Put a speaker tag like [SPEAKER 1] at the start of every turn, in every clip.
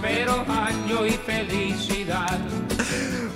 [SPEAKER 1] quiero año y felicidad.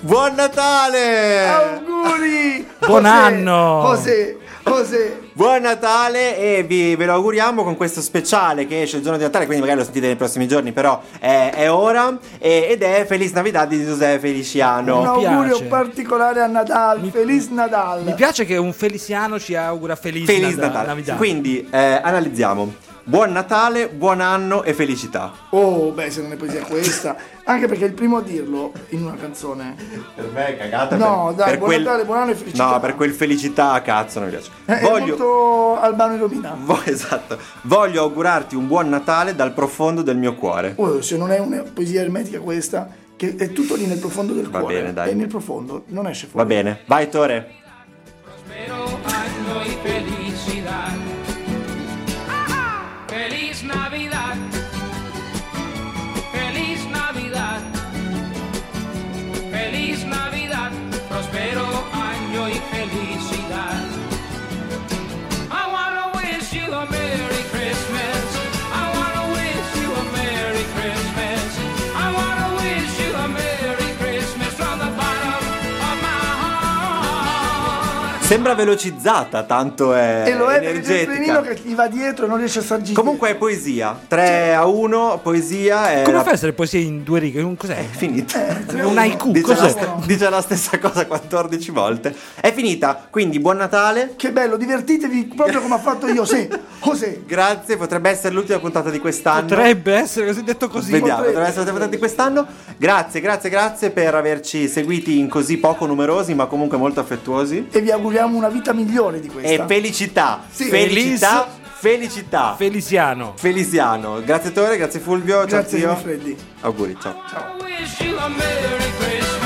[SPEAKER 2] Buon Natale!
[SPEAKER 3] Auguri!
[SPEAKER 4] Buon
[SPEAKER 3] José,
[SPEAKER 4] anno!
[SPEAKER 3] José, José.
[SPEAKER 2] Buon Natale e vi, ve lo auguriamo con questo speciale che esce il giorno di Natale, quindi magari lo sentite nei prossimi giorni, però è, è ora e- ed è Feliz Navidad di Giuseppe Feliciano.
[SPEAKER 3] Un
[SPEAKER 4] No. Mi
[SPEAKER 3] augurio
[SPEAKER 4] piace.
[SPEAKER 3] particolare a Nadal. Feliz Nadal.
[SPEAKER 4] Mi piace che un feliciano ci augura felice
[SPEAKER 2] Feliz Natale.
[SPEAKER 4] Navidad.
[SPEAKER 2] Quindi eh, analizziamo. Buon Natale, buon anno e felicità.
[SPEAKER 3] Oh, beh, se non è poesia questa. Anche perché è il primo a dirlo in una canzone.
[SPEAKER 2] Per me è cagata.
[SPEAKER 3] No, dai, buon Natale, buon anno e felicità. Eh,
[SPEAKER 2] No, per quel felicità, cazzo, non mi piace.
[SPEAKER 3] È
[SPEAKER 2] Voglio...
[SPEAKER 3] molto Albano e Romina.
[SPEAKER 2] vo- esatto. Voglio augurarti un buon Natale dal profondo del mio cuore.
[SPEAKER 3] Oh, se non è una poesia ermetica questa, che è tutto lì nel profondo del
[SPEAKER 2] Va
[SPEAKER 3] cuore.
[SPEAKER 2] bene, dai.
[SPEAKER 3] È nel profondo, non esce fuori.
[SPEAKER 2] Va bene. Vai, Tore.
[SPEAKER 1] Prospero año y felicidad. Feliz Navidad. Feliz Navidad. Feliz Navidad. Prospero año y felicidad. I wanna wish you a Merry Christmas. I wanna wish you a Merry Christmas. I wanna wish you a Merry Christmas from the bottom of my heart.
[SPEAKER 2] Sembra velocizzata, tanto è
[SPEAKER 3] E lo è perché c'è il
[SPEAKER 2] energetica.
[SPEAKER 3] trenino che gli va dietro e non riesce a sargire.
[SPEAKER 2] Comunque è poesia.
[SPEAKER 3] Cioè-
[SPEAKER 2] 3 a 1, poesia è
[SPEAKER 4] Come
[SPEAKER 2] la-
[SPEAKER 4] fai a essere poesia in due righe? Un- Cos'è?
[SPEAKER 2] è finita.
[SPEAKER 3] Eh,
[SPEAKER 4] Un IQ,
[SPEAKER 2] Dice la,
[SPEAKER 4] cos'è?
[SPEAKER 2] st- dice la stessa cosa 14 volte. È finita, quindi buon Natale.
[SPEAKER 3] Che bello, divertitevi proprio come ha fatto io, sì. José.
[SPEAKER 2] Grazie, potrebbe essere l'ultima puntata di quest'anno.
[SPEAKER 4] Potrebbe essere così detto così.
[SPEAKER 2] Vediamo,
[SPEAKER 3] potrebbe.
[SPEAKER 2] potrebbe essere l'ultima puntata di quest'anno. Grazie, grazie, grazie per averci seguiti in così poco numerosi, ma comunque molto affettuosi.
[SPEAKER 3] E vi auguriamo una vita migliore di questa.
[SPEAKER 2] E felicità,
[SPEAKER 3] Sì.
[SPEAKER 2] felicità, felicità.
[SPEAKER 4] Feliciano.
[SPEAKER 2] Felisiano. Grazie Tore, grazie Fulvio,
[SPEAKER 3] Grazie,
[SPEAKER 2] ciao
[SPEAKER 3] Simi
[SPEAKER 2] zio.
[SPEAKER 3] Freddi.
[SPEAKER 2] Auguri, ciao.
[SPEAKER 1] I wish you a Merry Christmas.